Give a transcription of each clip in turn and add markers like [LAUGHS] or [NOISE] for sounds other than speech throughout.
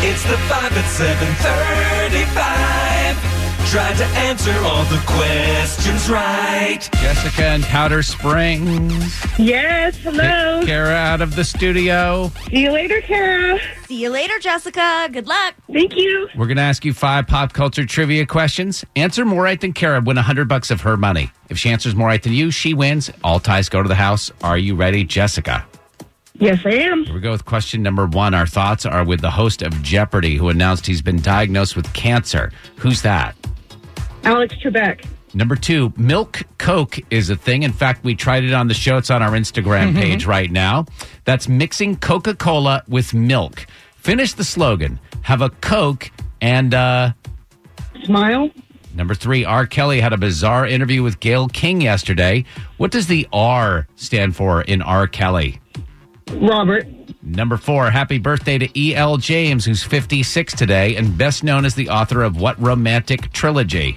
It's the 5 at 735. Try to answer all the questions right. Jessica and Powder Springs. Yes, hello. Kara out of the studio. See you later, Kara. See you later, Jessica. Good luck. Thank you. We're going to ask you five pop culture trivia questions. Answer more right than Kara, win 100 bucks of her money. If she answers more right than you, she wins. All ties go to the house. Are you ready, Jessica? Yes, I am. Here we go with question number one. Our thoughts are with the host of Jeopardy, who announced he's been diagnosed with cancer. Who's that? Alex Trebek. Number two, milk coke is a thing. In fact, we tried it on the show. It's on our Instagram page right now. That's mixing Coca Cola with milk. Finish the slogan. Have a coke and uh, Smile. number three. R. Kelly had a bizarre interview with Gail King yesterday. What does the R stand for in R. Kelly? Robert. [LAUGHS] Number four. Happy birthday to E. L. James, who's 56 today and best known as the author of what romantic trilogy?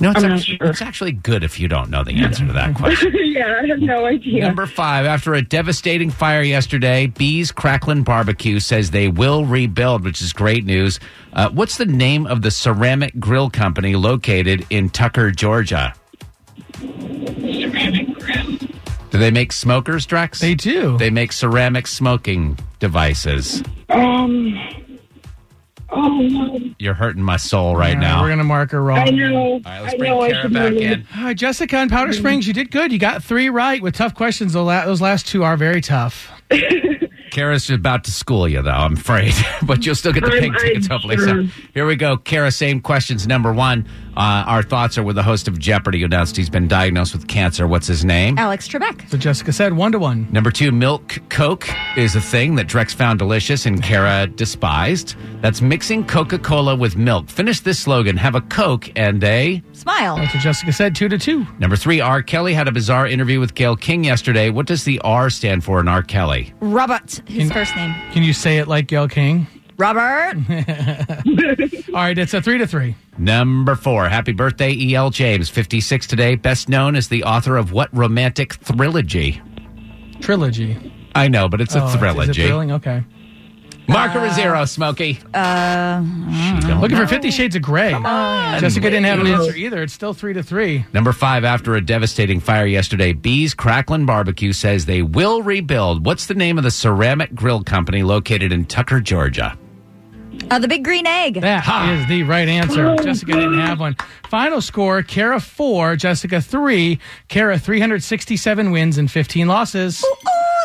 No, it's, I'm not actually, sure. it's actually good if you don't know the answer to [LAUGHS] that question. yeah, I have no idea. Number five, after a devastating fire yesterday, Bees Cracklin Barbecue says they will rebuild, which is great news. Uh, what's the name of the ceramic grill company located in Tucker, Georgia? Ceramic grill. Do they make smokers, Drex? They do. They make ceramic smoking devices. Um. Oh no! You're hurting my soul right All now. We're gonna mark her wrong. I know. Mm-hmm. All right, let's I bring know. I Kara should back know that. in. All right, Jessica and Powder Springs, you did good. You got three right with tough questions. The la- Those last two are very tough. Kara's about to school you, though, I'm afraid. [LAUGHS] but you'll still get the I'm- pink tickets, I'm hopefully. sure. So here we go. Kara, same questions. Number one, uh, our thoughts are with the host of Jeopardy, who announced he's been diagnosed with cancer. What's his name? Alex Trebek. So Jessica said one to one. Number two, milk coke is a thing that Drex found delicious and Kara despised. That's mixing Coca Cola with milk. Finish this slogan have a Coke and a. Smile. So Jessica said two to two. Number three, R. Kelly had a bizarre interview with Gail King yesterday. What does the R stand for in R. Kelly? Robert. His In- first name. Can you say it like Gail King? Robert. All right, it's a three to three. Number four, happy birthday, E.L. James, 56 today. Best known as the author of what romantic trilogy? Trilogy. I know, but it's a Oh, is it trilogy. thrilling? Okay. Marker uh, zero, Smokey. Uh, Looking for Fifty Shades of Grey. Jessica didn't have an answer either. It's still three to three. Number five, after a devastating fire yesterday, Bees Cracklin Barbecue says they will rebuild. What's the name of the ceramic grill company located in Tucker, Georgia? Uh, the big green egg. That is the right answer. Jessica didn't have one. Final score: Kara four, Jessica three. Kara three hundred sixty-seven wins and fifteen losses. Oh,